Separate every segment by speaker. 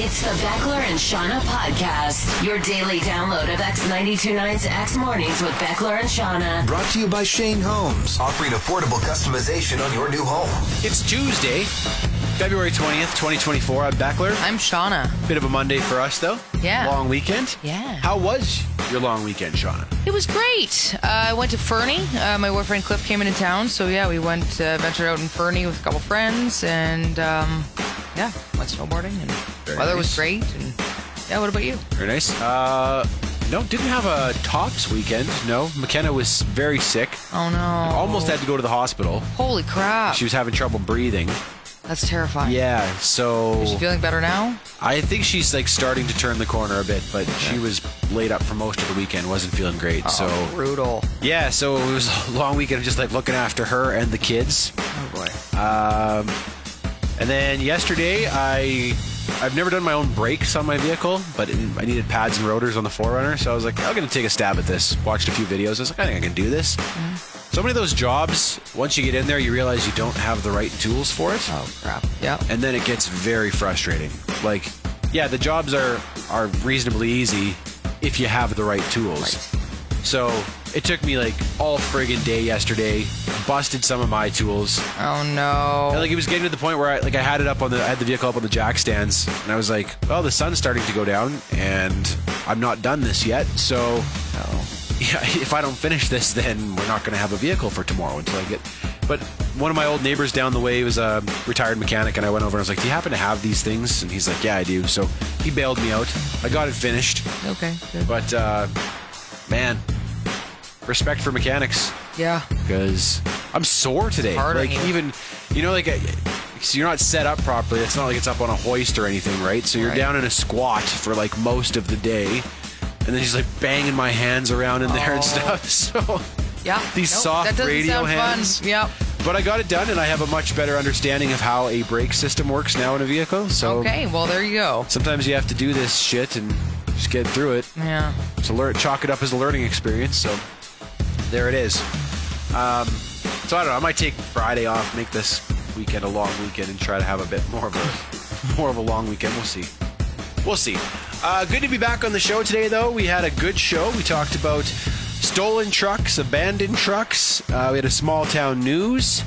Speaker 1: It's the Beckler and Shauna podcast, your daily download of X929's X Mornings with Beckler and Shauna.
Speaker 2: Brought to you by Shane Holmes, offering affordable customization on your new home.
Speaker 3: It's Tuesday, February 20th, 2024. I'm Beckler.
Speaker 4: I'm Shauna.
Speaker 3: Bit of a Monday for us, though.
Speaker 4: Yeah.
Speaker 3: Long weekend.
Speaker 4: Yeah.
Speaker 3: How was your long weekend, Shauna?
Speaker 4: It was great. Uh, I went to Fernie. Uh, my boyfriend Cliff came into town, so yeah, we went uh, ventured out in Fernie with a couple friends, and um, yeah, went snowboarding, and
Speaker 3: Very
Speaker 4: weather
Speaker 3: nice.
Speaker 4: was great. And yeah, what about you?
Speaker 3: Very nice. Uh, no, didn't have a tops weekend. No, McKenna was very sick.
Speaker 4: Oh no!
Speaker 3: Almost had to go to the hospital.
Speaker 4: Holy crap!
Speaker 3: She was having trouble breathing.
Speaker 4: That's terrifying.
Speaker 3: Yeah, so
Speaker 4: Is she feeling better now?
Speaker 3: I think she's like starting to turn the corner a bit, but she was laid up for most of the weekend, wasn't feeling great.
Speaker 4: oh,
Speaker 3: So
Speaker 4: brutal.
Speaker 3: yeah, so it was a long weekend of just like looking after her and the kids. Um,
Speaker 4: Oh boy.
Speaker 3: And then yesterday, I I've never done my own brakes on my vehicle, but it, I needed pads and rotors on the Forerunner, so I was like, I'm gonna take a stab at this. Watched a few videos. I was like, I think I can do this.
Speaker 4: Mm-hmm.
Speaker 3: So many of those jobs, once you get in there, you realize you don't have the right tools for it,
Speaker 4: Oh crap. Yeah.
Speaker 3: and then it gets very frustrating. Like, yeah, the jobs are are reasonably easy if you have the right tools. So it took me like all friggin' day yesterday. Busted some of my tools.
Speaker 4: Oh no.
Speaker 3: And, like it was getting to the point where I like I had it up on the I had the vehicle up on the jack stands and I was like, well, the sun's starting to go down and I'm not done this yet, so yeah, if I don't finish this, then we're not going to have a vehicle for tomorrow until I get. But one of my old neighbors down the way was a retired mechanic, and I went over and I was like, "Do you happen to have these things?" And he's like, "Yeah, I do." So he bailed me out. I got it finished,
Speaker 4: okay. Good.
Speaker 3: but uh, man, respect for mechanics
Speaker 4: Yeah.
Speaker 3: because I'm sore today.
Speaker 4: hard on
Speaker 3: like
Speaker 4: you.
Speaker 3: even, you know, like uh, so you're not set up properly. It's not like it's up on a hoist or anything, right? So you're
Speaker 4: Right.
Speaker 3: down in a squat for like most of the day, and then she's like banging my hands around in there and
Speaker 4: Oh.
Speaker 3: stuff. So,
Speaker 4: Yeah.
Speaker 3: These
Speaker 4: Nope,
Speaker 3: soft
Speaker 4: that doesn't
Speaker 3: radio
Speaker 4: sound
Speaker 3: hands.
Speaker 4: Fun. Yep.
Speaker 3: but I got it done, and I have a much better understanding of how a brake system works now in a vehicle. So
Speaker 4: Okay. Well, there you go.
Speaker 3: sometimes you have to do this shit and just get through it.
Speaker 4: Yeah.
Speaker 3: So learn, chalk it up as a learning experience. So there it is. Um, so I don't know. I might take Friday off, make this weekend a long weekend, and try to have a bit more of a more of a long weekend. We'll see. We'll see. Uh, good to be back on the show today, though. We had a good show. We talked about stolen trucks, abandoned trucks. Uh, we had a small town news,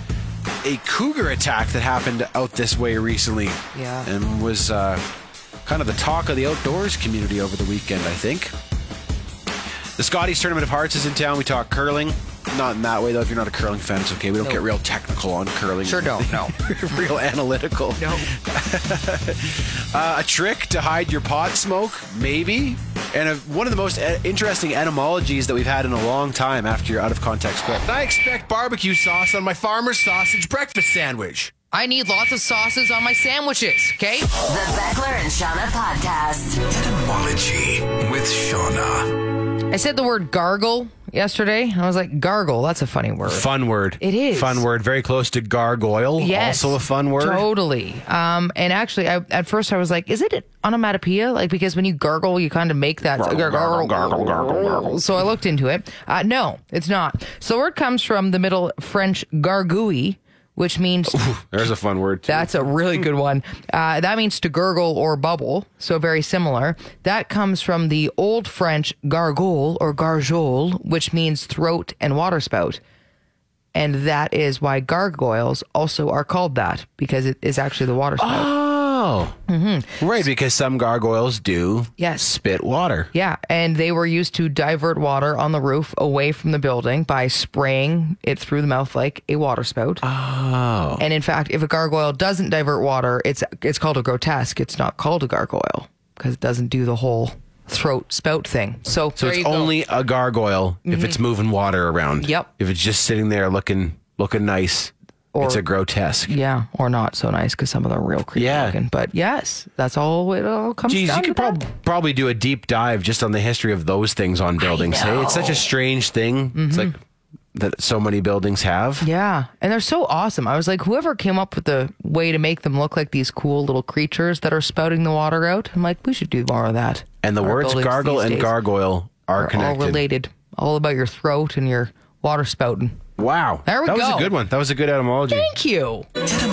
Speaker 3: a cougar attack that happened out this way recently,
Speaker 4: Yeah.
Speaker 3: and was uh, kind of the talk of the outdoors community over the weekend. I think. The Scotties Tournament of Hearts is in town. We talk curling. Not in that way, though. If you're not a curling fan, it's okay. We don't
Speaker 4: No.
Speaker 3: get real technical on curling.
Speaker 4: Sure don't. No.
Speaker 3: real analytical.
Speaker 4: No.
Speaker 3: Uh, a trick to hide your pot smoke, maybe. And a, one of the most e- interesting etymologies that we've had in a long time after your out of context quote.
Speaker 5: I expect barbecue sauce on my farmer's sausage breakfast sandwich.
Speaker 4: I need lots of sauces on my sandwiches. Okay.
Speaker 1: The Beckler and Shauna podcast.
Speaker 2: Etymology with Shauna.
Speaker 4: I said the word gargle yesterday. and I was like, gargle, that's a funny word.
Speaker 3: Fun word.
Speaker 4: It is.
Speaker 3: Fun word. Very close to gargoyle.
Speaker 4: Oh, Yes.
Speaker 3: Also a fun word.
Speaker 4: Totally. Um, and actually, I, at first I was like, is it an onomatopoeia? Like, because when you gargle, you kind of make that. gargle, gargle, gargle. So I looked into it. Uh, no, it's not. So the word comes from the Middle French gargouille, which means
Speaker 3: There's a fun word. too.
Speaker 4: That's a really good one. Uh, that means to gurgle or bubble, so very similar. That comes from the Old French gargole or gargole, which means throat and waterspout. And that is why gargoyles also are called that because it is actually the waterspout.
Speaker 3: Oh. Right, because some gargoyles do
Speaker 4: Mm-hmm. Yes.
Speaker 3: spit water.
Speaker 4: Yeah, and they were used to divert water on the roof away from the building by spraying it through the mouth like a water spout. Oh. And in fact, if a gargoyle doesn't divert water, it's it's called a grotesque. It's not called a gargoyle because it doesn't do the whole throat spout thing. So,
Speaker 3: So
Speaker 4: there you
Speaker 3: it's
Speaker 4: go. Mm-hmm.
Speaker 3: only a gargoyle if it's moving water around.
Speaker 4: Yep.
Speaker 3: If it's just sitting there looking looking nice.
Speaker 4: Or-
Speaker 3: it's a grotesque.
Speaker 4: yeah, or not so nice because some of them are real creepy
Speaker 3: Yeah.
Speaker 4: looking. But yes, that's all it all comes
Speaker 3: Geez,
Speaker 4: down
Speaker 3: you could
Speaker 4: to that.
Speaker 3: prob- probably do a deep dive just on the history of those things on buildings. Hey, it's such a strange thing. It's like that so many buildings have.
Speaker 4: Mm-hmm. Yeah, and they're so awesome. I was like, whoever came up with the way to make them look like these cool little creatures that are spouting the water out, I'm like, we should do more of that.
Speaker 3: And the
Speaker 4: Our
Speaker 3: words
Speaker 4: buildings
Speaker 3: gargle
Speaker 4: these
Speaker 3: and
Speaker 4: days
Speaker 3: gargoyle are
Speaker 4: all
Speaker 3: connected.
Speaker 4: related, all about your throat and your water spouting.
Speaker 3: Wow.
Speaker 4: There we
Speaker 3: that was
Speaker 4: go.
Speaker 3: a good one. That was a good etymology.
Speaker 4: Thank you.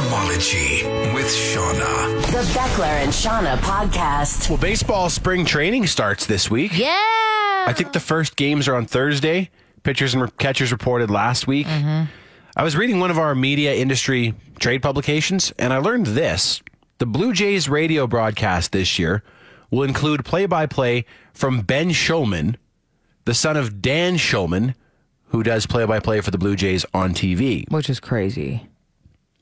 Speaker 2: Etymology with Shauna.
Speaker 1: The Beckler and Shauna podcast.
Speaker 3: Well, baseball spring training starts this week.
Speaker 4: Yeah.
Speaker 3: I think the first games are on Thursday. Pitchers and re- catchers reported last week. I was reading one of our media industry trade publications, and I learned this: the Blue Jays radio broadcast this year will include play-by-play from Ben Shulman, the son of Dan Shulman, who does play-by-play for the Blue Jays on TV.
Speaker 4: Which is crazy.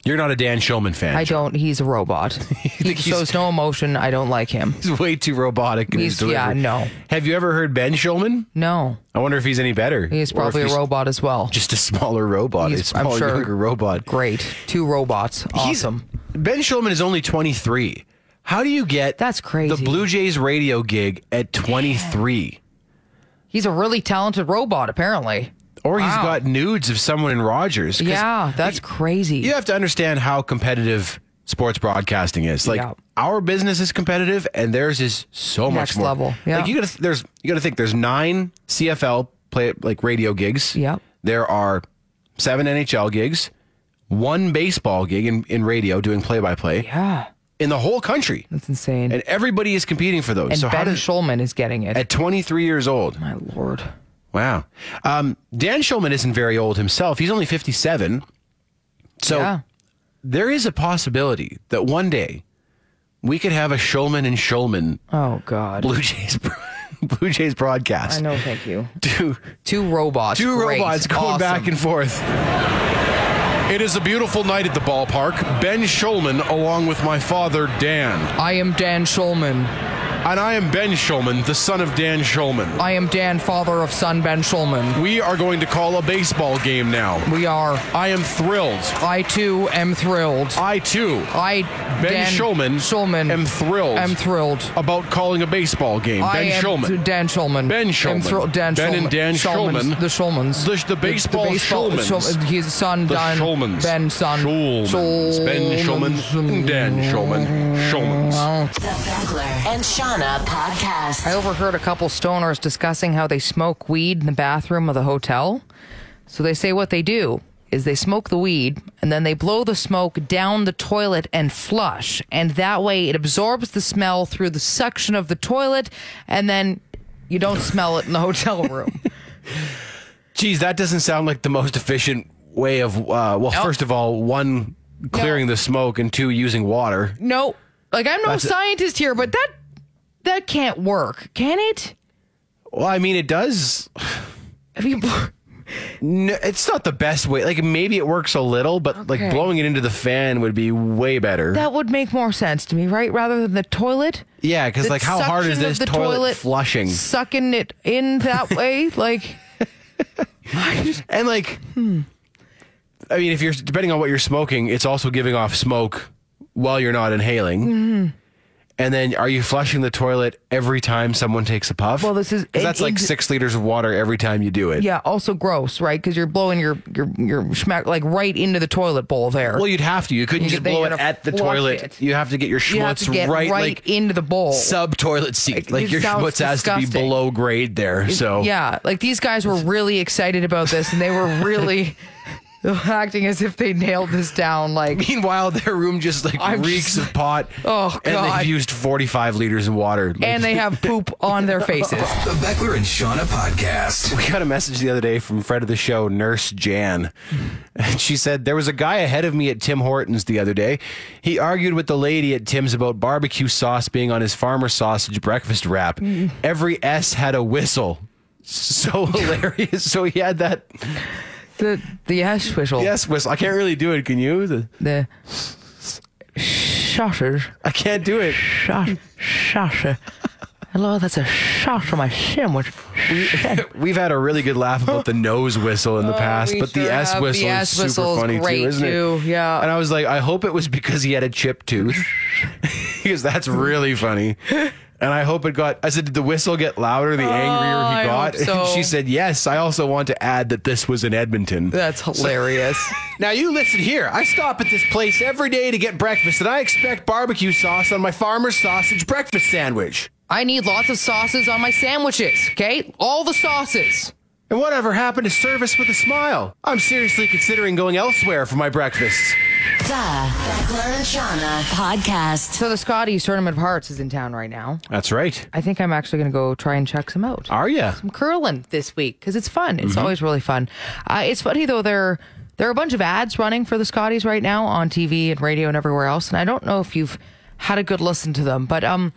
Speaker 3: You're not a Dan Shulman fan.
Speaker 4: I don't. He's a robot. He
Speaker 3: think he's-
Speaker 4: shows no emotion. I don't like him.
Speaker 3: He's way too robotic. in his
Speaker 4: He's- yeah,
Speaker 3: delivery.
Speaker 4: no.
Speaker 3: Have you ever heard Ben Shulman?
Speaker 4: No,
Speaker 3: I wonder if he's any better. Or
Speaker 4: he's
Speaker 3: if
Speaker 4: probably a
Speaker 3: he's
Speaker 4: robot as well.
Speaker 3: Just a smaller robot.
Speaker 4: He's-
Speaker 3: a smaller,
Speaker 4: I'm sure-
Speaker 3: younger robot.
Speaker 4: Great. Two robots.
Speaker 3: He's-
Speaker 4: Awesome.
Speaker 3: ben Shulman is only 23. How do you get
Speaker 4: That's crazy.
Speaker 3: the Blue Jays radio gig at 23?
Speaker 4: He's a really talented robot, apparently.
Speaker 3: Or he's
Speaker 4: Wow.
Speaker 3: got nudes of someone in Rogers. 'Cause
Speaker 4: Yeah, that's crazy.
Speaker 3: You have to understand how competitive sports broadcasting is. Like
Speaker 4: Yeah.
Speaker 3: our business is competitive, and theirs is so
Speaker 4: Next
Speaker 3: much more.
Speaker 4: level, yeah.
Speaker 3: Like you got to there's you got to think there's nine CFL play like radio gigs.
Speaker 4: Yep.
Speaker 3: There are seven NHL gigs, one baseball gig in, in radio doing play by play
Speaker 4: Yeah,
Speaker 3: in the whole country,
Speaker 4: that's insane.
Speaker 3: and
Speaker 4: And,
Speaker 3: everybody is competing for those. so how
Speaker 4: Ben
Speaker 3: does
Speaker 4: Schulman is getting it.
Speaker 3: at 23 years old?
Speaker 4: My lord.
Speaker 3: Wow. Um, Dan Schulman isn't very old himself. He's only 57. So
Speaker 4: Yeah.
Speaker 3: there is a possibility that one day we could have a Schulman and Schulman
Speaker 4: Oh God.
Speaker 3: Blue Jays Blue Jays
Speaker 4: I
Speaker 3: broadcast.
Speaker 4: know. Thank you.
Speaker 3: Two,
Speaker 4: Two robots.
Speaker 3: two
Speaker 4: Great.
Speaker 3: robots going
Speaker 4: Awesome.
Speaker 3: back and forth. It is a beautiful night at the ballpark. Ben Schulman, along with my father, Dan.
Speaker 4: I am Dan Schulman.
Speaker 3: And I am Ben Schulman, the son of Dan Schulman.
Speaker 4: I am Dan, father of son Ben Schulman.
Speaker 3: We are going to call a baseball game now.
Speaker 4: We are.
Speaker 3: I am thrilled.
Speaker 4: I too am thrilled.
Speaker 3: I too,
Speaker 4: I
Speaker 3: Ben
Speaker 4: Dan
Speaker 3: Schulman,
Speaker 4: Schulman
Speaker 3: am thrilled
Speaker 4: am thrilled.
Speaker 3: about calling a baseball game.
Speaker 4: I
Speaker 3: ben
Speaker 4: am
Speaker 3: Schulman.
Speaker 4: Dan Schulman.
Speaker 3: Ben
Speaker 4: Am
Speaker 3: Schulman.
Speaker 4: thrilled- Dan
Speaker 3: Ben
Speaker 4: Schulman.
Speaker 3: and Dan
Speaker 4: Schulmans,
Speaker 3: Schulman.
Speaker 4: The Schulmans.
Speaker 3: The- the baseball Schulmans.
Speaker 4: Schul- His son,
Speaker 3: The
Speaker 4: Dan.
Speaker 3: Schulmans.
Speaker 4: Ben, son.
Speaker 3: Schulmans. Ben Schulman. and Dan Schulman. Schulmans.
Speaker 1: The Beckler and Shauna podcast.
Speaker 4: I overheard a couple stoners discussing how they smoke weed in the bathroom of the hotel. So they say what they do is they smoke the weed and then they blow the smoke down the toilet and flush. And that way it absorbs the smell through the suction of the toilet and then you don't smell it in the hotel room.
Speaker 3: Geez, that doesn't sound like the most efficient way of. Uh, well, first of all, one clearing
Speaker 4: Oh. No.
Speaker 3: the smoke, and two using water.
Speaker 4: no, like I'm no
Speaker 3: That's it.
Speaker 4: scientist here, but that that can't work, can it?
Speaker 3: Well, I mean, it does.
Speaker 4: If you
Speaker 3: No, it's not the best way. Like maybe it works a little, but like
Speaker 4: Okay.
Speaker 3: blowing it into the fan would be way better.
Speaker 4: that would make more sense to me, right? Rather than the toilet.
Speaker 3: yeah, because
Speaker 4: The
Speaker 3: like how hard is
Speaker 4: suction of
Speaker 3: this
Speaker 4: the
Speaker 3: toilet flushing?
Speaker 4: Sucking it in that way, like
Speaker 3: And like, I mean, if you're depending on what you're smoking, it's also giving off smoke while you're not inhaling.
Speaker 4: Mm-hmm.
Speaker 3: And then, are you flushing the toilet every time someone takes a puff?
Speaker 4: Well, this is-
Speaker 3: 'Cause that's
Speaker 4: it-
Speaker 3: like
Speaker 4: it-
Speaker 3: six liters of water every time you do it.
Speaker 4: yeah, also gross, right? Because you're blowing your your your schmack like right into the toilet bowl there.
Speaker 3: Well, you'd have to. You couldn't
Speaker 4: You-
Speaker 3: just
Speaker 4: they
Speaker 3: blow it
Speaker 4: gotta
Speaker 3: at the
Speaker 4: flush
Speaker 3: toilet.
Speaker 4: it.
Speaker 3: You have to get your
Speaker 4: you have
Speaker 3: schmutz
Speaker 4: to get right,
Speaker 3: like
Speaker 4: into the bowl.
Speaker 3: sub toilet seat.
Speaker 4: It-
Speaker 3: Like
Speaker 4: it
Speaker 3: your
Speaker 4: sounds
Speaker 3: schmutz has to be
Speaker 4: disgusting.
Speaker 3: below grade there. So
Speaker 4: yeah, like these guys were really excited about this, and they were really acting as if they nailed this down. Like
Speaker 3: Meanwhile, their room just like
Speaker 4: I'm
Speaker 3: reeks
Speaker 4: just-
Speaker 3: of pot.
Speaker 4: Oh,
Speaker 3: And
Speaker 4: God.
Speaker 3: they've used forty-five liters of water. Like-
Speaker 4: and they have poop on their faces.
Speaker 2: The Beckler and Shauna podcast.
Speaker 3: We got a message the other day from friend of the show, Nurse Jan. And she said, There was a guy ahead of me at Tim Hortons the other day. He argued with the lady at Tim's about barbecue sauce being on his farmer sausage breakfast wrap. Every S had a whistle. So hilarious. So he had that
Speaker 4: The the ash whistle.
Speaker 3: yes whistle. I can't really do it. Can you? The-
Speaker 4: The shutters.
Speaker 3: I can't do it.
Speaker 4: Shot, shot. Hello, that's a shot for my sandwich.
Speaker 3: We've had a really good laugh about the nose whistle in the past,
Speaker 4: we
Speaker 3: but the
Speaker 4: sure
Speaker 3: S
Speaker 4: have. The
Speaker 3: whistle
Speaker 4: S
Speaker 3: is super
Speaker 4: whistle's
Speaker 3: funny
Speaker 4: great
Speaker 3: too, isn't
Speaker 4: too,
Speaker 3: it?
Speaker 4: yeah.
Speaker 3: And I was like, I hope it was because he had a chipped tooth, because that's really funny. And I hope it got. I said, did the whistle get louder the
Speaker 4: Oh,
Speaker 3: angrier
Speaker 4: I
Speaker 3: he got?
Speaker 4: hope so.
Speaker 3: And she said, yes. I also want to add that this was in Edmonton.
Speaker 4: That's hilarious.
Speaker 3: Now you listen here. I stop at this place every day to get breakfast, and I expect barbecue sauce on my farmer's sausage breakfast sandwich.
Speaker 4: I need lots of sauces on my sandwiches, okay? All the sauces.
Speaker 3: And whatever happened to service with a smile? I'm seriously considering going elsewhere for my breakfast.
Speaker 1: The Beckler and Shauna podcast.
Speaker 4: So the Scotties Tournament of Hearts is in town right now.
Speaker 3: That's right.
Speaker 4: I think I'm actually going to go try and check some out.
Speaker 3: Are ya?
Speaker 4: I'm curling this week because it's fun.
Speaker 3: Mm-hmm.
Speaker 4: It's always really fun. Uh, it's funny though. There, there are a bunch of ads running for the Scotties right now on TV and radio and everywhere else. And I don't know if you've had a good listen to them, but um,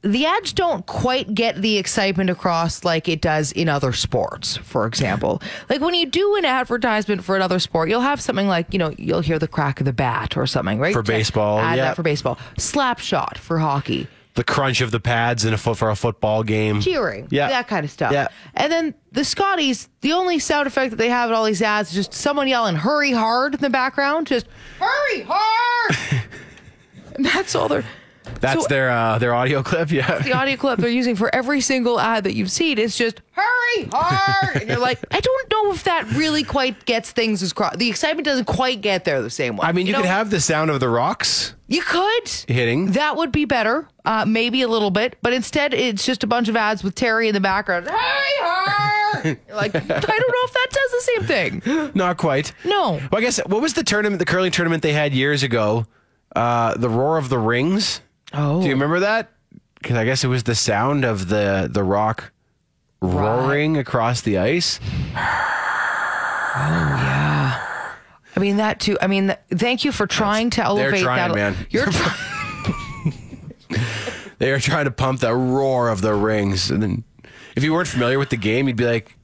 Speaker 4: the ads don't quite get the excitement across like it does in other sports, for example. like when you do an advertisement for another sport, you'll have something like, you know, you'll hear the crack of the bat or something, right?
Speaker 3: For
Speaker 4: To
Speaker 3: baseball,
Speaker 4: Add
Speaker 3: yeah.
Speaker 4: that for baseball. Slap shot for hockey.
Speaker 3: The crunch of the pads in a foot for a football game.
Speaker 4: Cheering.
Speaker 3: Yeah.
Speaker 4: That kind of stuff.
Speaker 3: Yeah.
Speaker 4: And then the Scotties, the only sound effect that they have in all these ads is just someone yelling, hurry hard in the background. Just hurry hard. and that's all they're
Speaker 3: That's
Speaker 4: So-
Speaker 3: their uh, their audio clip. Yeah.
Speaker 4: the audio clip they're using for every single ad that you've seen is just hurry hard and you're like i don't know if that really quite gets things as cro- the excitement doesn't quite get there the same way
Speaker 3: I mean, you, could
Speaker 4: know?
Speaker 3: have the sound of the rocks
Speaker 4: you could
Speaker 3: hitting.
Speaker 4: that would be better uh, maybe a little bit but instead it's just a bunch of ads with terry in the background hurry hard You're like i don't know if that does the same thing
Speaker 3: Not quite.
Speaker 4: No.
Speaker 3: Well, I guess what was the tournament, the curling tournament they had years ago? Uh, the roar of the rings.
Speaker 4: Oh.
Speaker 3: Do you remember that? Because I guess it was the sound of the the rock roaring across the ice.
Speaker 4: i mean that too i mean th- thank you for trying to
Speaker 3: they're
Speaker 4: elevate
Speaker 3: trying,
Speaker 4: that
Speaker 3: man.
Speaker 4: you're trying
Speaker 3: They were trying to pump the roar of the rings, and then if you weren't familiar with the game, you'd be like,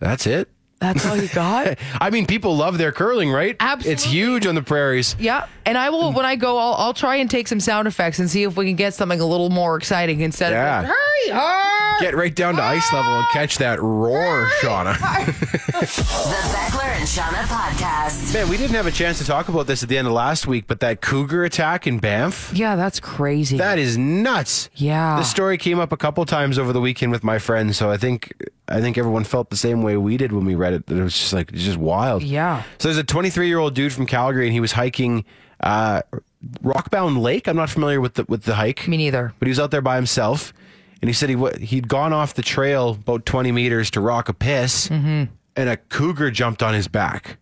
Speaker 3: "That's it."
Speaker 4: that's all you got
Speaker 3: I mean, people love their curling, right? It's
Speaker 4: Absolutely.
Speaker 3: huge on the prairies.
Speaker 4: Yeah, and I will when I go. I'll, I'll try and take some sound effects and see if we can get something a little more exciting instead
Speaker 3: Yeah.
Speaker 4: of just, hurry hard.
Speaker 3: Get right down to ice level and catch that roar, Shauna.
Speaker 1: The Beckler and Shauna podcast.
Speaker 3: Man, we didn't have a chance to talk about this at the end of last week, but that cougar attack in Banff,
Speaker 4: yeah, that's crazy.
Speaker 3: that is nuts.
Speaker 4: Yeah.
Speaker 3: The story came up a couple times over the weekend with my friends, so I think I think everyone felt the same way we did when we read it. That it was just like it's just wild.
Speaker 4: Yeah.
Speaker 3: So there's a 23 year old dude from Calgary, and he was hiking uh, Rockbound Lake. I'm not familiar with the with the hike.
Speaker 4: Me neither.
Speaker 3: But he was out there by himself, and he said he wa he'd gone off the trail about 20 meters to rock a piss,
Speaker 4: Mm-hmm.
Speaker 3: and a cougar jumped on his back.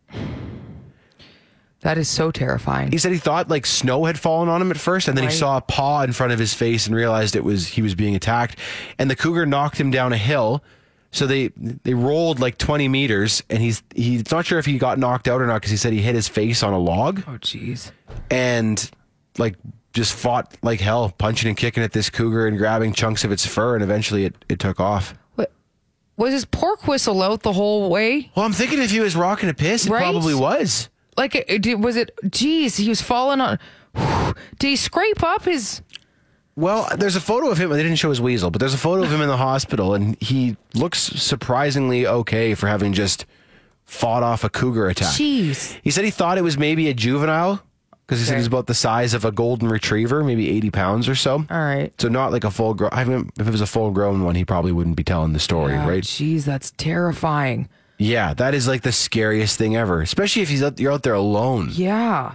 Speaker 4: that is so terrifying.
Speaker 3: He said he thought like snow had fallen on him at first, and then he
Speaker 4: Right.
Speaker 3: saw a paw in front of his face and realized it was he was being attacked. And the cougar knocked him down a hill, so they they rolled like twenty meters, and he's he's not sure if he got knocked out or not because he said he hit his face on a log
Speaker 4: oh, jeez.
Speaker 3: and like just fought like hell, punching and kicking at this cougar and grabbing chunks of its fur, and eventually it, it took off.
Speaker 4: What- Was his pork whistle out the whole way?
Speaker 3: Well, I'm thinking if he was rocking a piss, it
Speaker 4: Right?
Speaker 3: probably was.
Speaker 4: Like, it, it, did- was it? Jeez, he was falling on. Did he scrape up his?
Speaker 3: Well, there's a photo of him. They didn't show his weasel, but there's a photo of him in the hospital, and he looks surprisingly okay for having just fought off a cougar attack.
Speaker 4: Jeez.
Speaker 3: He said he thought it was maybe a juvenile because he said
Speaker 4: Okay.
Speaker 3: he was about the size of a golden retriever, maybe 80 pounds or so.
Speaker 4: All right.
Speaker 3: So not like a full grown. I mean, if it was a full grown one, he probably wouldn't be telling the story,
Speaker 4: Oh,
Speaker 3: right?
Speaker 4: Jeez, that's terrifying.
Speaker 3: Yeah, that is like the scariest thing ever, especially if he's out, you're out there alone.
Speaker 4: Yeah.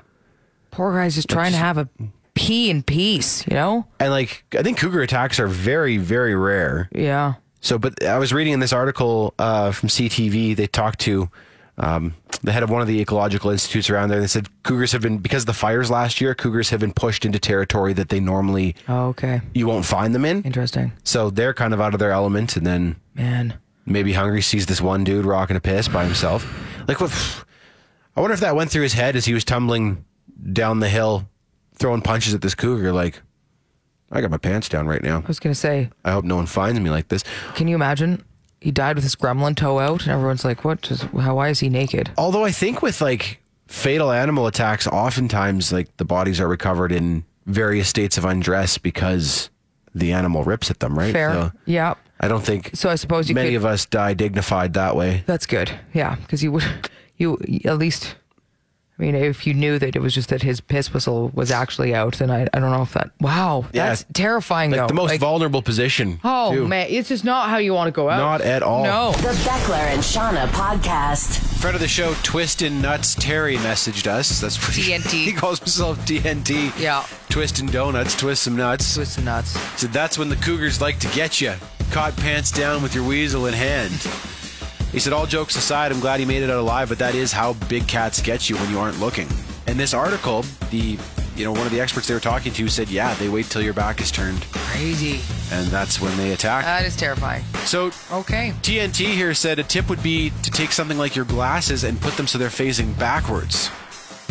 Speaker 4: Poor guy's just trying to have a pee in peace. You know?
Speaker 3: And like, I think cougar attacks are very, very rare.
Speaker 4: Yeah.
Speaker 3: So, but I was reading in this article uh, from CTV, they talked to um, the head of one of the ecological institutes around there. And they said cougars have been, because of the fires last year, cougars have been pushed into territory that they normally,
Speaker 4: Oh, okay.
Speaker 3: you won't find them in.
Speaker 4: Interesting.
Speaker 3: So they're kind of out of their element. And then
Speaker 4: Man.
Speaker 3: maybe Hungry sees this one dude rocking a piss by himself. Like, what? I wonder if that went through his head as he was tumbling down the hill, throwing punches at this cougar. Like, I got my pants down right now.
Speaker 4: I was gonna say,
Speaker 3: I hope no one finds me like this.
Speaker 4: can you imagine? He died with his gremlin toe out, and everyone's like, "What? Is, how? Why is he naked?"
Speaker 3: Although I think with like fatal animal attacks, oftentimes like the bodies are recovered in various states of undress because the animal rips at them, right?
Speaker 4: Fair.
Speaker 3: So
Speaker 4: yeah.
Speaker 3: I don't think
Speaker 4: So I suppose you
Speaker 3: many
Speaker 4: could-
Speaker 3: of us die dignified that way.
Speaker 4: That's good. Yeah, because you would, you at least. I mean, if you knew that it was just that his piss whistle was actually out, then I, I don't know if that. Wow,
Speaker 3: Yeah.
Speaker 4: that's terrifying
Speaker 3: Like
Speaker 4: though.
Speaker 3: the most
Speaker 4: Like,
Speaker 3: vulnerable position.
Speaker 4: oh
Speaker 3: too.
Speaker 4: man, it's just not how you want to go out.
Speaker 3: Not at all.
Speaker 4: No.
Speaker 1: The Beckler and Shauna podcast.
Speaker 6: Friend of the show, Twistin' Nuts Terry messaged us. That's what he-
Speaker 4: TNT.
Speaker 6: He calls himself TNT.
Speaker 4: Yeah.
Speaker 6: Twistin' donuts, twist some nuts.
Speaker 4: It's nuts.
Speaker 6: So that's when the cougars like to get you. Caught pants down with your weasel in hand.
Speaker 3: He said, All jokes aside, I'm glad he made it out alive, but that is how big cats get you when you aren't looking. And this article, the you know, one of the experts they were talking to said, Yeah, they wait till your back is turned,
Speaker 4: Crazy.
Speaker 3: and that's when they attack.
Speaker 4: That is terrifying.
Speaker 3: so
Speaker 4: Okay.
Speaker 3: TNT here said a tip would be to take something like your glasses and put them so they're facing backwards.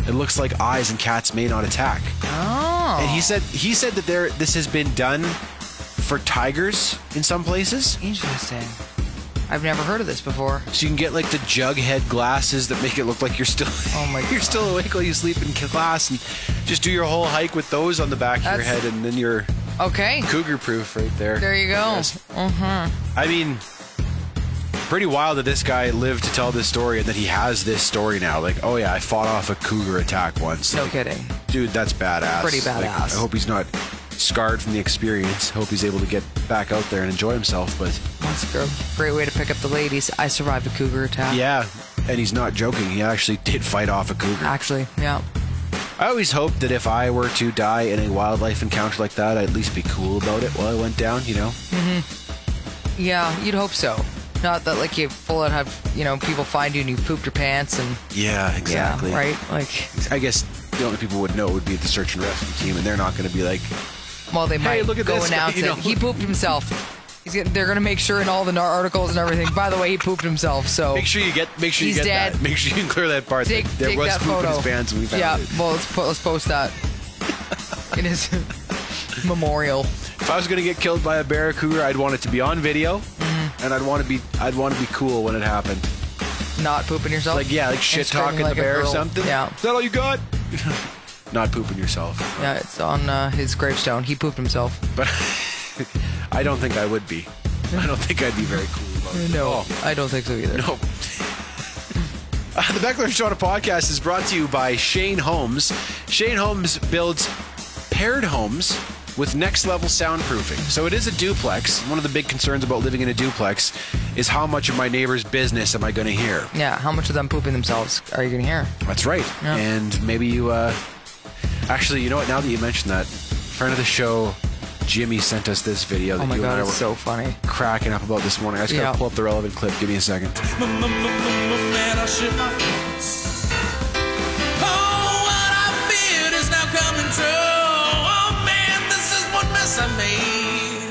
Speaker 3: It looks like eyes and cats may not attack.
Speaker 4: Oh.
Speaker 3: And he said he said that there this has been done for tigers in some places.
Speaker 4: Interesting. I've never heard of this before.
Speaker 3: So you can get like the jughead glasses that make it look like you're still
Speaker 4: Oh my
Speaker 3: you're
Speaker 4: God.
Speaker 3: still awake while you sleep in class and just do your whole hike with those on the back of your
Speaker 4: That's-
Speaker 3: head and then you're
Speaker 4: Okay.
Speaker 3: cougar proof right there.
Speaker 4: There you go. Mm-hmm.
Speaker 3: Yes. I mean, pretty wild that this guy lived to tell this story and that he has this story now. Like, oh yeah, I fought off a cougar attack once.
Speaker 4: No
Speaker 3: Like,
Speaker 4: kidding.
Speaker 3: Dude, that's badass.
Speaker 4: Pretty
Speaker 3: Like,
Speaker 4: badass.
Speaker 3: I hope he's not scarred from the experience. Hope he's able to get back out there and enjoy himself. But
Speaker 4: That's a great way to pick up the ladies. I survived a cougar attack.
Speaker 3: yeah, and he's not joking. He actually did fight off a cougar.
Speaker 4: Actually, yeah.
Speaker 3: I always hoped that if I were to die in a wildlife encounter like that, I'd at least be cool about it while I went down, you know?
Speaker 4: Yeah, you'd hope so. Not that like you full out have you know people find you and you pooped your pants and
Speaker 3: Yeah, exactly.
Speaker 4: yeah right like
Speaker 3: I guess the only people who would know would be the search and rescue team, and they're not going to be like,
Speaker 4: well they might
Speaker 3: look at
Speaker 4: go
Speaker 3: this guy,
Speaker 4: announce
Speaker 3: you know.
Speaker 4: it. He pooped himself. He's gonna, they're gonna make sure in all the nar- articles and everything. By the way, he pooped himself. So
Speaker 3: make sure you get, make sure you
Speaker 4: He's
Speaker 3: get that,
Speaker 4: dead.
Speaker 3: make sure you can clear that part.
Speaker 4: take,
Speaker 3: that there
Speaker 4: take
Speaker 3: was
Speaker 4: that
Speaker 3: poop
Speaker 4: photo.
Speaker 3: in his pants, and we found
Speaker 4: yeah,
Speaker 3: it.
Speaker 4: well let's put, let's post that. it is memorial.
Speaker 3: If I was going to get killed by a barracuda, I'd want it to be on video,
Speaker 4: Mm-hmm.
Speaker 3: and I'd want to be, I'd want to be cool when it happened.
Speaker 4: Not pooping yourself.
Speaker 3: Like yeah, like
Speaker 4: And
Speaker 3: shit
Speaker 4: screaming
Speaker 3: talking
Speaker 4: like
Speaker 3: the
Speaker 4: a
Speaker 3: bear or
Speaker 4: girl.
Speaker 3: something.
Speaker 4: Yeah.
Speaker 3: is that all you got? not pooping yourself,
Speaker 4: Yeah, it's on uh, his gravestone. He pooped himself.
Speaker 3: but I don't think I would be. I don't think I'd be very cool about it.
Speaker 4: No,
Speaker 3: Oh.
Speaker 4: I don't think so either.
Speaker 3: No. Uh, the Beckler Toronto podcast is brought to you by Shane Holmes. Shane Holmes builds paired homes with next level soundproofing. So it is a duplex. One of the big concerns about living in a duplex is how much of my neighbor's business am I going to hear?
Speaker 4: Yeah, how much of them pooping themselves are you gonna hear?
Speaker 3: That's right.
Speaker 4: Yeah.
Speaker 3: And maybe you, uh, actually, you know what? Now that you mention that, friend of the show, Jimmy sent us this video that
Speaker 4: Oh my
Speaker 3: you
Speaker 4: god,
Speaker 3: and I were
Speaker 4: it's so funny.
Speaker 3: cracking up about this morning. I just got to
Speaker 4: Yeah.
Speaker 3: pull up the relevant clip. Give me a second.
Speaker 7: Man, I shit my pants. Oh, what I feared is now coming true. Oh man, this is what mess I made.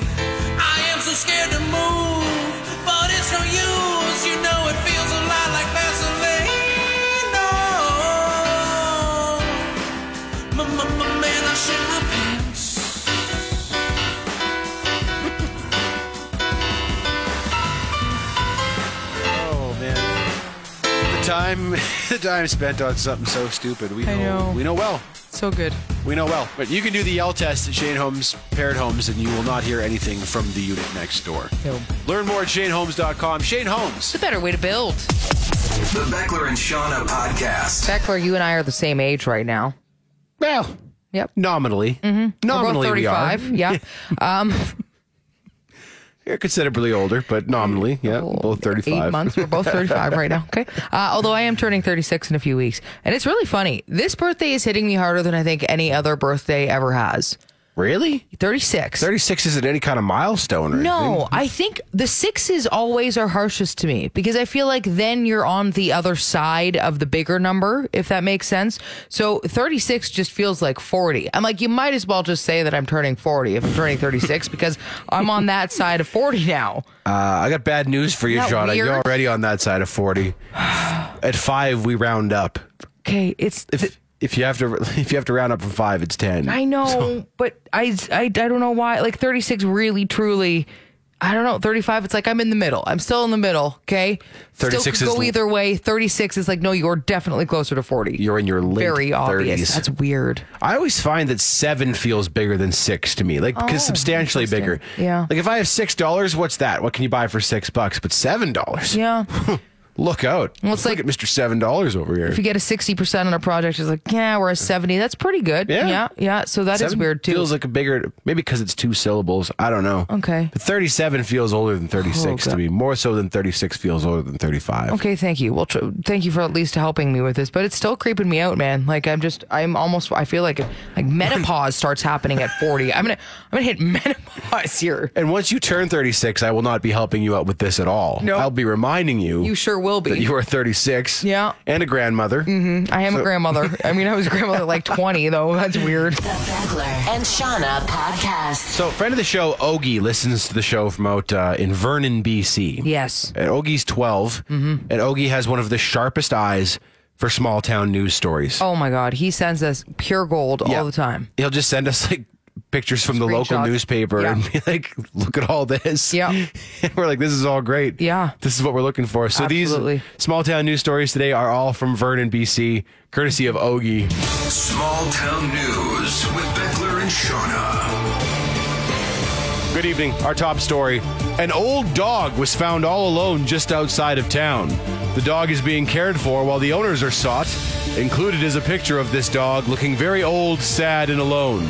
Speaker 7: I am so scared to move, but it's no use. You know it feels a lot like Vaseline. Oh, man, I shit my pants.
Speaker 3: Oh man. The time the time spent on something so stupid. We know,
Speaker 4: I know.
Speaker 3: we know well.
Speaker 4: So good.
Speaker 3: We know well. But you can do the yell test at Shane Holmes paired homes and you will not hear anything from the unit next door.
Speaker 4: No.
Speaker 3: Learn more at shaneholmes.com. Shane Holmes.
Speaker 4: It's a better way to build.
Speaker 2: The Beckler and Shauna podcast.
Speaker 4: Beckler, you and I are the same age right now.
Speaker 5: Well,
Speaker 4: Yep.
Speaker 5: nominally, nominally
Speaker 4: We're both
Speaker 5: we are.
Speaker 4: 35. Yeah. um,
Speaker 5: You're considerably older, but nominally, yeah, both 35.
Speaker 4: Oh, Eight months. We're both 35 right now. Okay. Uh, although I am turning 36 in a few weeks. And it's really funny. This birthday is hitting me harder than I think any other birthday ever has.
Speaker 5: Really?
Speaker 4: 36.
Speaker 5: 36 isn't any kind of milestone or anything.
Speaker 4: No, I think the sixes always are harshest to me because I feel like then you're on the other side of the bigger number, if that makes sense. So 36 just feels like 40. I'm like, you might as well just say that I'm turning 40 if I'm turning 36 because I'm on that side of 40 now.
Speaker 5: Uh, I got bad news for you,
Speaker 4: Isn't that
Speaker 5: Shauna. You're
Speaker 4: weird?
Speaker 5: already on that side of 40. At five, we round up.
Speaker 4: Okay. It's.
Speaker 5: If if you have to, if you have to round up from five, it's ten.
Speaker 4: I know, but I, I, I don't know why. Like 36 really, truly, I don't know. 35, it's like I'm in the middle. I'm still in the middle. Okay. Still
Speaker 5: 36 is
Speaker 4: could go
Speaker 5: l-
Speaker 4: either way. 36 is like, no, you're definitely closer to 40.
Speaker 5: You're in your late
Speaker 4: Very
Speaker 5: 30s.
Speaker 4: obvious. That's weird.
Speaker 5: I always find that seven feels bigger than six to me, like because substantially bigger.
Speaker 4: Oh, interesting. Yeah.
Speaker 5: Like if I have six dollars, what's that? What can you buy for six bucks? But seven dollars.
Speaker 4: Yeah.
Speaker 3: Look out.
Speaker 4: Well, it's
Speaker 3: Look
Speaker 4: like-
Speaker 3: at Mr. $7 over here.
Speaker 4: If you get a 60% on a project, it's like, yeah, we're a 70. That's pretty good.
Speaker 3: Yeah.
Speaker 4: Yeah. yeah. So that is
Speaker 3: Seven
Speaker 4: weird too.
Speaker 3: Feels like a bigger, maybe because it's two syllables. I don't know.
Speaker 4: Okay.
Speaker 3: But 37 feels older than 36
Speaker 4: Oh,
Speaker 3: to
Speaker 4: God.
Speaker 3: me. More so than 36 feels older than 35.
Speaker 4: Okay, thank you. Well, tr- thank you for at least helping me with this, but it's still creeping me out, man. Like I'm just, I'm almost, I feel like like menopause starts happening at 40. I'm gonna, I'm gonna hit menopause here.
Speaker 3: And once you turn 36, I will not be helping you out with this at all.
Speaker 4: No.
Speaker 3: I'll be reminding you.
Speaker 4: You sure will be.
Speaker 3: That you are 36.
Speaker 4: Yeah. Mm.
Speaker 3: And a grandmother. Mm-hmm.
Speaker 4: I am a grandmother. I mean, I was a grandmother at like 20 though. That's weird.
Speaker 1: The Beckler and Shauna podcast.
Speaker 3: So, friend of the show, Ogie, listens to the show from out uh, in Vernon, BC.
Speaker 4: Yes.
Speaker 3: And Ogie's 12,
Speaker 4: Mm-hmm.
Speaker 3: and Ogie has one of the sharpest eyes for small town news stories.
Speaker 4: Oh my God, he sends us pure gold
Speaker 3: Yeah.
Speaker 4: all the time.
Speaker 3: He'll just send us like pictures from the local
Speaker 4: Screenshots.
Speaker 3: newspaper
Speaker 4: Yeah.
Speaker 3: and be like, look at all this.
Speaker 4: Yeah.
Speaker 3: And we're like, this is all great.
Speaker 4: Yeah.
Speaker 3: This is what we're looking for. So
Speaker 4: Absolutely.
Speaker 3: these small town news stories today are all from Vernon, BC, courtesy of Ogie.
Speaker 2: Small Town News with Beckler and Shauna.
Speaker 3: Good evening. Our top story. An old dog was found all alone just outside of town. The dog is being cared for while the owners are sought. Included is a picture of this dog looking very old, sad, and alone.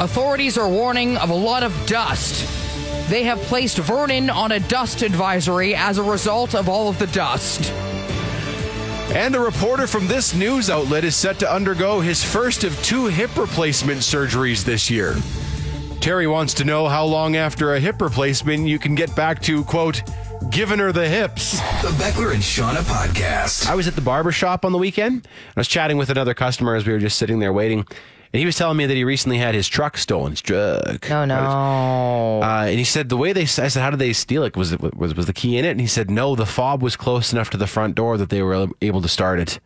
Speaker 4: Authorities are warning of a lot of dust. They have placed Vernon on a dust advisory as a result of all of the dust.
Speaker 3: And a reporter from this news outlet is set to undergo his first of two hip replacement surgeries this year. Terry wants to know how long after a hip replacement you can get back to, quote, giving her the hips.
Speaker 2: The Beckler and Shauna podcast.
Speaker 3: I was at the barber shop on the weekend. I was chatting with another customer as we were just sitting there waiting. And he was telling me that he recently had his truck stolen, his truck.
Speaker 4: Oh no.
Speaker 3: Uh, and he said the way they I said how did they steal it was it was was the key in it and he said no the fob was close enough to the front door that they were able to start it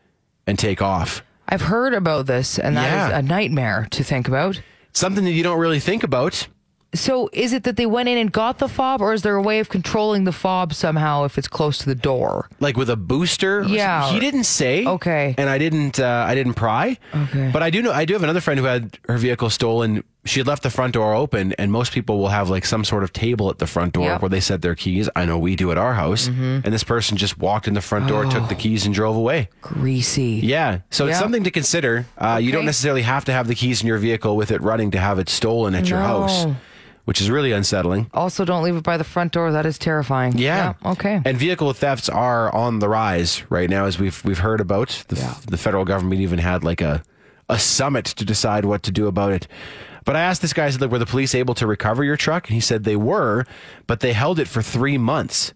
Speaker 3: and take off
Speaker 4: I've heard about this, and that is
Speaker 3: Yeah.
Speaker 4: a nightmare to think about.
Speaker 3: something that you don't really think about
Speaker 4: So, is it that they went in and got the fob, or is there a way of controlling the fob somehow if it's close to the door?
Speaker 3: like with a booster. or
Speaker 4: Yeah.
Speaker 3: something. he didn't say.
Speaker 4: Okay.
Speaker 3: and I didn't. Uh, I didn't pry.
Speaker 4: Okay.
Speaker 3: but I do know. I do have another friend who had her vehicle stolen. She had left the front door open, and most people will have like some sort of table at the front door
Speaker 4: Yep. Mm-hmm.
Speaker 3: where they set their keys. I know we do at our house. And this person just walked in the front door, took
Speaker 4: Oh.
Speaker 3: the keys, and drove away.
Speaker 4: Greasy.
Speaker 3: Yeah, so it's
Speaker 4: Yeah.
Speaker 3: something to consider. Uh, You don't
Speaker 4: Okay.
Speaker 3: necessarily have to have the keys in your vehicle with it running to have it stolen at your house,
Speaker 4: No.
Speaker 3: which is really unsettling.
Speaker 4: Also, don't leave it by the front door. That is terrifying.
Speaker 3: Yeah.
Speaker 4: okay.
Speaker 3: And vehicle thefts are on the rise right now, as we've we've heard about. The, the federal government even had like a a summit to decide what to do about it. But I asked this guy, I said, "Look, were the police able to recover your truck?" And he said they were, but they held it for three months.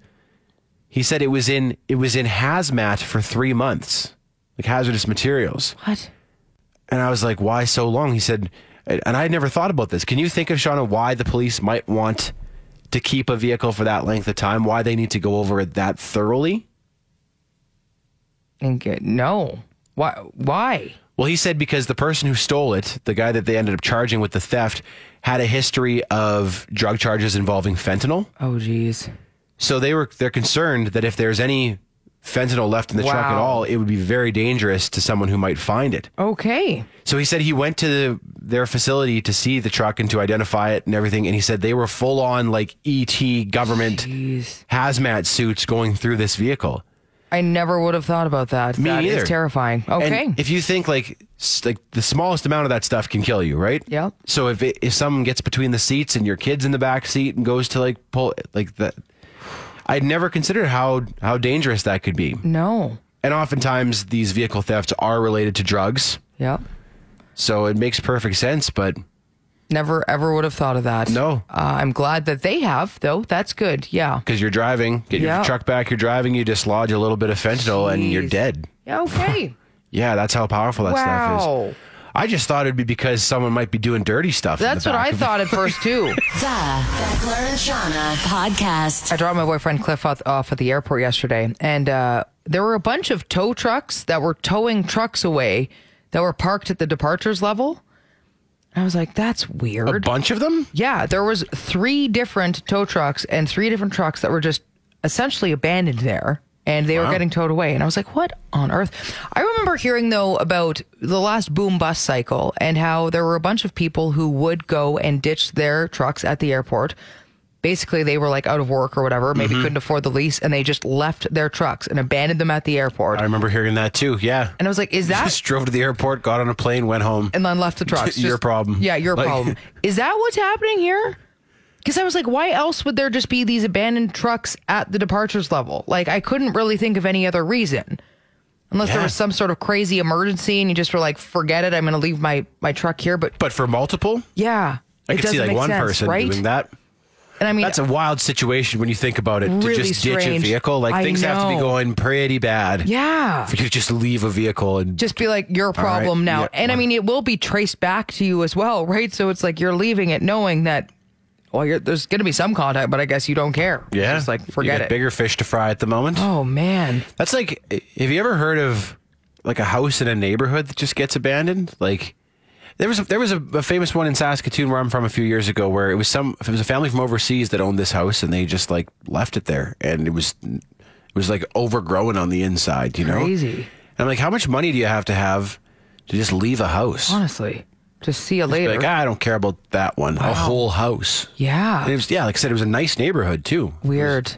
Speaker 3: He said it was in it was in hazmat for three months, like hazardous materials.
Speaker 4: what?
Speaker 3: And I was like, why so long? He said, and I had never thought about this. Can you think of, Shauna, why the police might want to keep a vehicle for that length of time? Why they need to go over it that thoroughly?
Speaker 4: And get, no. Why? Why?
Speaker 3: Well, he said because the person who stole it, the guy that they ended up charging with the theft, had a history of drug charges involving fentanyl.
Speaker 4: Oh, geez.
Speaker 3: So they were they're concerned that if there's any fentanyl left in the truck at
Speaker 4: Wow.
Speaker 3: all, it would be very dangerous to someone who might find it.
Speaker 4: Okay.
Speaker 3: So he said he went to the, their facility to see the truck and to identify it and everything. And he said they were full on like ET government
Speaker 4: Jeez.
Speaker 3: hazmat suits going through this vehicle.
Speaker 4: I never would have thought about that.
Speaker 3: Me
Speaker 4: That is
Speaker 3: either.
Speaker 4: terrifying.
Speaker 3: And
Speaker 4: Okay.
Speaker 3: if you think like s- like the smallest amount of that stuff can kill you, right?
Speaker 4: Yep.
Speaker 3: So if it, if something gets between the seats and your kids in the back seat and goes to like pull like that, I'd never considered how how dangerous that could be.
Speaker 4: no.
Speaker 3: And oftentimes these vehicle thefts are related to drugs,
Speaker 4: Yep.
Speaker 3: so it makes perfect sense. But
Speaker 4: Never ever would have thought of that.
Speaker 3: No.
Speaker 4: Uh, I'm glad that they have, though. That's good. Yeah.
Speaker 3: because you're driving, get
Speaker 4: Yeah.
Speaker 3: your truck back, you're driving, you dislodge a little bit of fentanyl and you're
Speaker 4: Jeez.
Speaker 3: dead.
Speaker 4: Yeah. Okay.
Speaker 3: Yeah, that's how powerful that stuff
Speaker 4: wow.
Speaker 3: is. I just thought it'd be because someone might be doing dirty stuff. in the
Speaker 4: That's what
Speaker 3: back
Speaker 4: I
Speaker 3: of-
Speaker 4: thought at first too.
Speaker 1: The Beckler and Shauna podcast.
Speaker 4: I dropped my boyfriend Cliff off, off at the airport yesterday, and uh, there were a bunch of tow trucks that were towing trucks away that were parked at the departures level. And I was like, "That's
Speaker 3: A
Speaker 4: weird."
Speaker 3: bunch of them?
Speaker 4: yeah, there was three different tow trucks and three different trucks that were just essentially abandoned there, and they were getting towed away. And I was like, "What on earth?" I remember hearing though about the last boom bust cycle and how there were a bunch of people who would go and ditch their trucks at the airport Basically, they were like out of work or whatever, maybe couldn't afford the lease, and they just left their trucks and abandoned them at the airport.
Speaker 3: I remember hearing that too. Yeah.
Speaker 4: and I was like, is that
Speaker 3: Just drove to the airport, got on a plane, went home.
Speaker 4: and then left the trucks.
Speaker 3: Your
Speaker 4: Just-
Speaker 3: problem.
Speaker 4: Yeah, your
Speaker 3: Like-
Speaker 4: problem. Is that what's happening here? Because I was like, why else would there just be these abandoned trucks at the departures level? Like, I couldn't really think of any other reason, unless there
Speaker 3: Yeah.
Speaker 4: was some sort of crazy emergency and you just were like, forget it, I'm going to leave my my truck here. But
Speaker 3: But for multiple,
Speaker 4: yeah,
Speaker 3: I
Speaker 4: it
Speaker 3: could
Speaker 4: doesn't
Speaker 3: see like
Speaker 4: make
Speaker 3: one
Speaker 4: sense,
Speaker 3: person
Speaker 4: right?
Speaker 3: doing that.
Speaker 4: And I mean,
Speaker 3: That's a wild situation when you think about it. to
Speaker 4: Really
Speaker 3: just ditch a
Speaker 4: strange.
Speaker 3: vehicle, like
Speaker 4: I
Speaker 3: things have to be
Speaker 4: know.
Speaker 3: going pretty bad.
Speaker 4: yeah,
Speaker 3: If you could just leave a vehicle and
Speaker 4: just be like your
Speaker 3: right,
Speaker 4: problem now.
Speaker 3: yeah,
Speaker 4: and I
Speaker 3: one-
Speaker 4: mean, it will be traced back to you as well, right? So it's like you're leaving it knowing that. Well, you're, there's going to be some contact, but I guess you don't care. It's
Speaker 3: yeah,
Speaker 4: just like
Speaker 3: You
Speaker 4: forget
Speaker 3: got
Speaker 4: it.
Speaker 3: Bigger fish to fry at the moment.
Speaker 4: Oh man,
Speaker 3: That's like, have you ever heard of like a house in a neighborhood that just gets abandoned? Like there was there was a, a famous one in Saskatoon where I'm from a few years ago where it was some it was a family from overseas that owned this house and they just like left it there and it was it was like overgrown on the inside, you know.
Speaker 4: Crazy.
Speaker 3: And I'm like, how much money do you have to have to just leave a house?
Speaker 4: honestly, just see you later.
Speaker 3: Like, "Ah, I don't care about that one. A whole house. And it
Speaker 4: yeah,
Speaker 3: was, yeah, like I said, it was a nice neighborhood too.
Speaker 4: weird.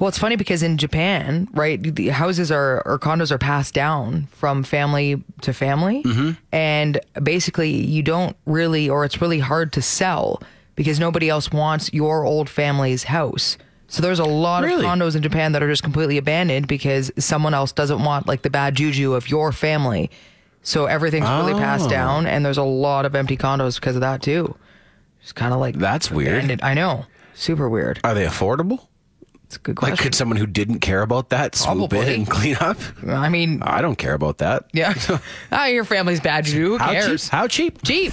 Speaker 4: Well, it's funny because in Japan, right, the houses are or condos are passed down from family to family,
Speaker 3: Mm-hmm.
Speaker 4: and basically you don't really, or it's really hard to sell because nobody else wants your old family's house. So there's a lot
Speaker 3: Really?
Speaker 4: of condos in Japan that are just completely abandoned because someone else doesn't want like the bad juju of your family. So everything's really
Speaker 3: Oh.
Speaker 4: passed down, and there's a lot of empty condos because of that too. It's kind of like
Speaker 3: That's weird.
Speaker 4: abandoned. I know, super weird.
Speaker 3: Are they affordable?
Speaker 4: It's a good question.
Speaker 3: Like, could someone who didn't care about that swoop
Speaker 4: Probably.
Speaker 3: in and clean up?
Speaker 4: I mean,
Speaker 3: I don't care about that.
Speaker 4: yeah. ah, your family's bad. Who
Speaker 3: How
Speaker 4: cares?
Speaker 3: cheap? How cheap?
Speaker 4: cheap.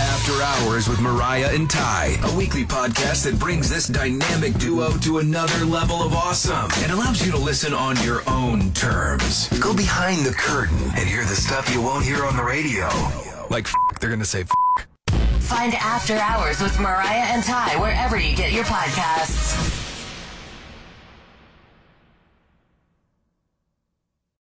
Speaker 2: After Hours with Mariah and Ty, a weekly podcast that brings this dynamic duo to another level of awesome and allows you to listen on your own terms. Go behind the curtain and hear the stuff you won't hear on the radio. Like, f- they're going to say, f-
Speaker 1: Find After Hours with Mariah and Ty wherever you get your podcasts.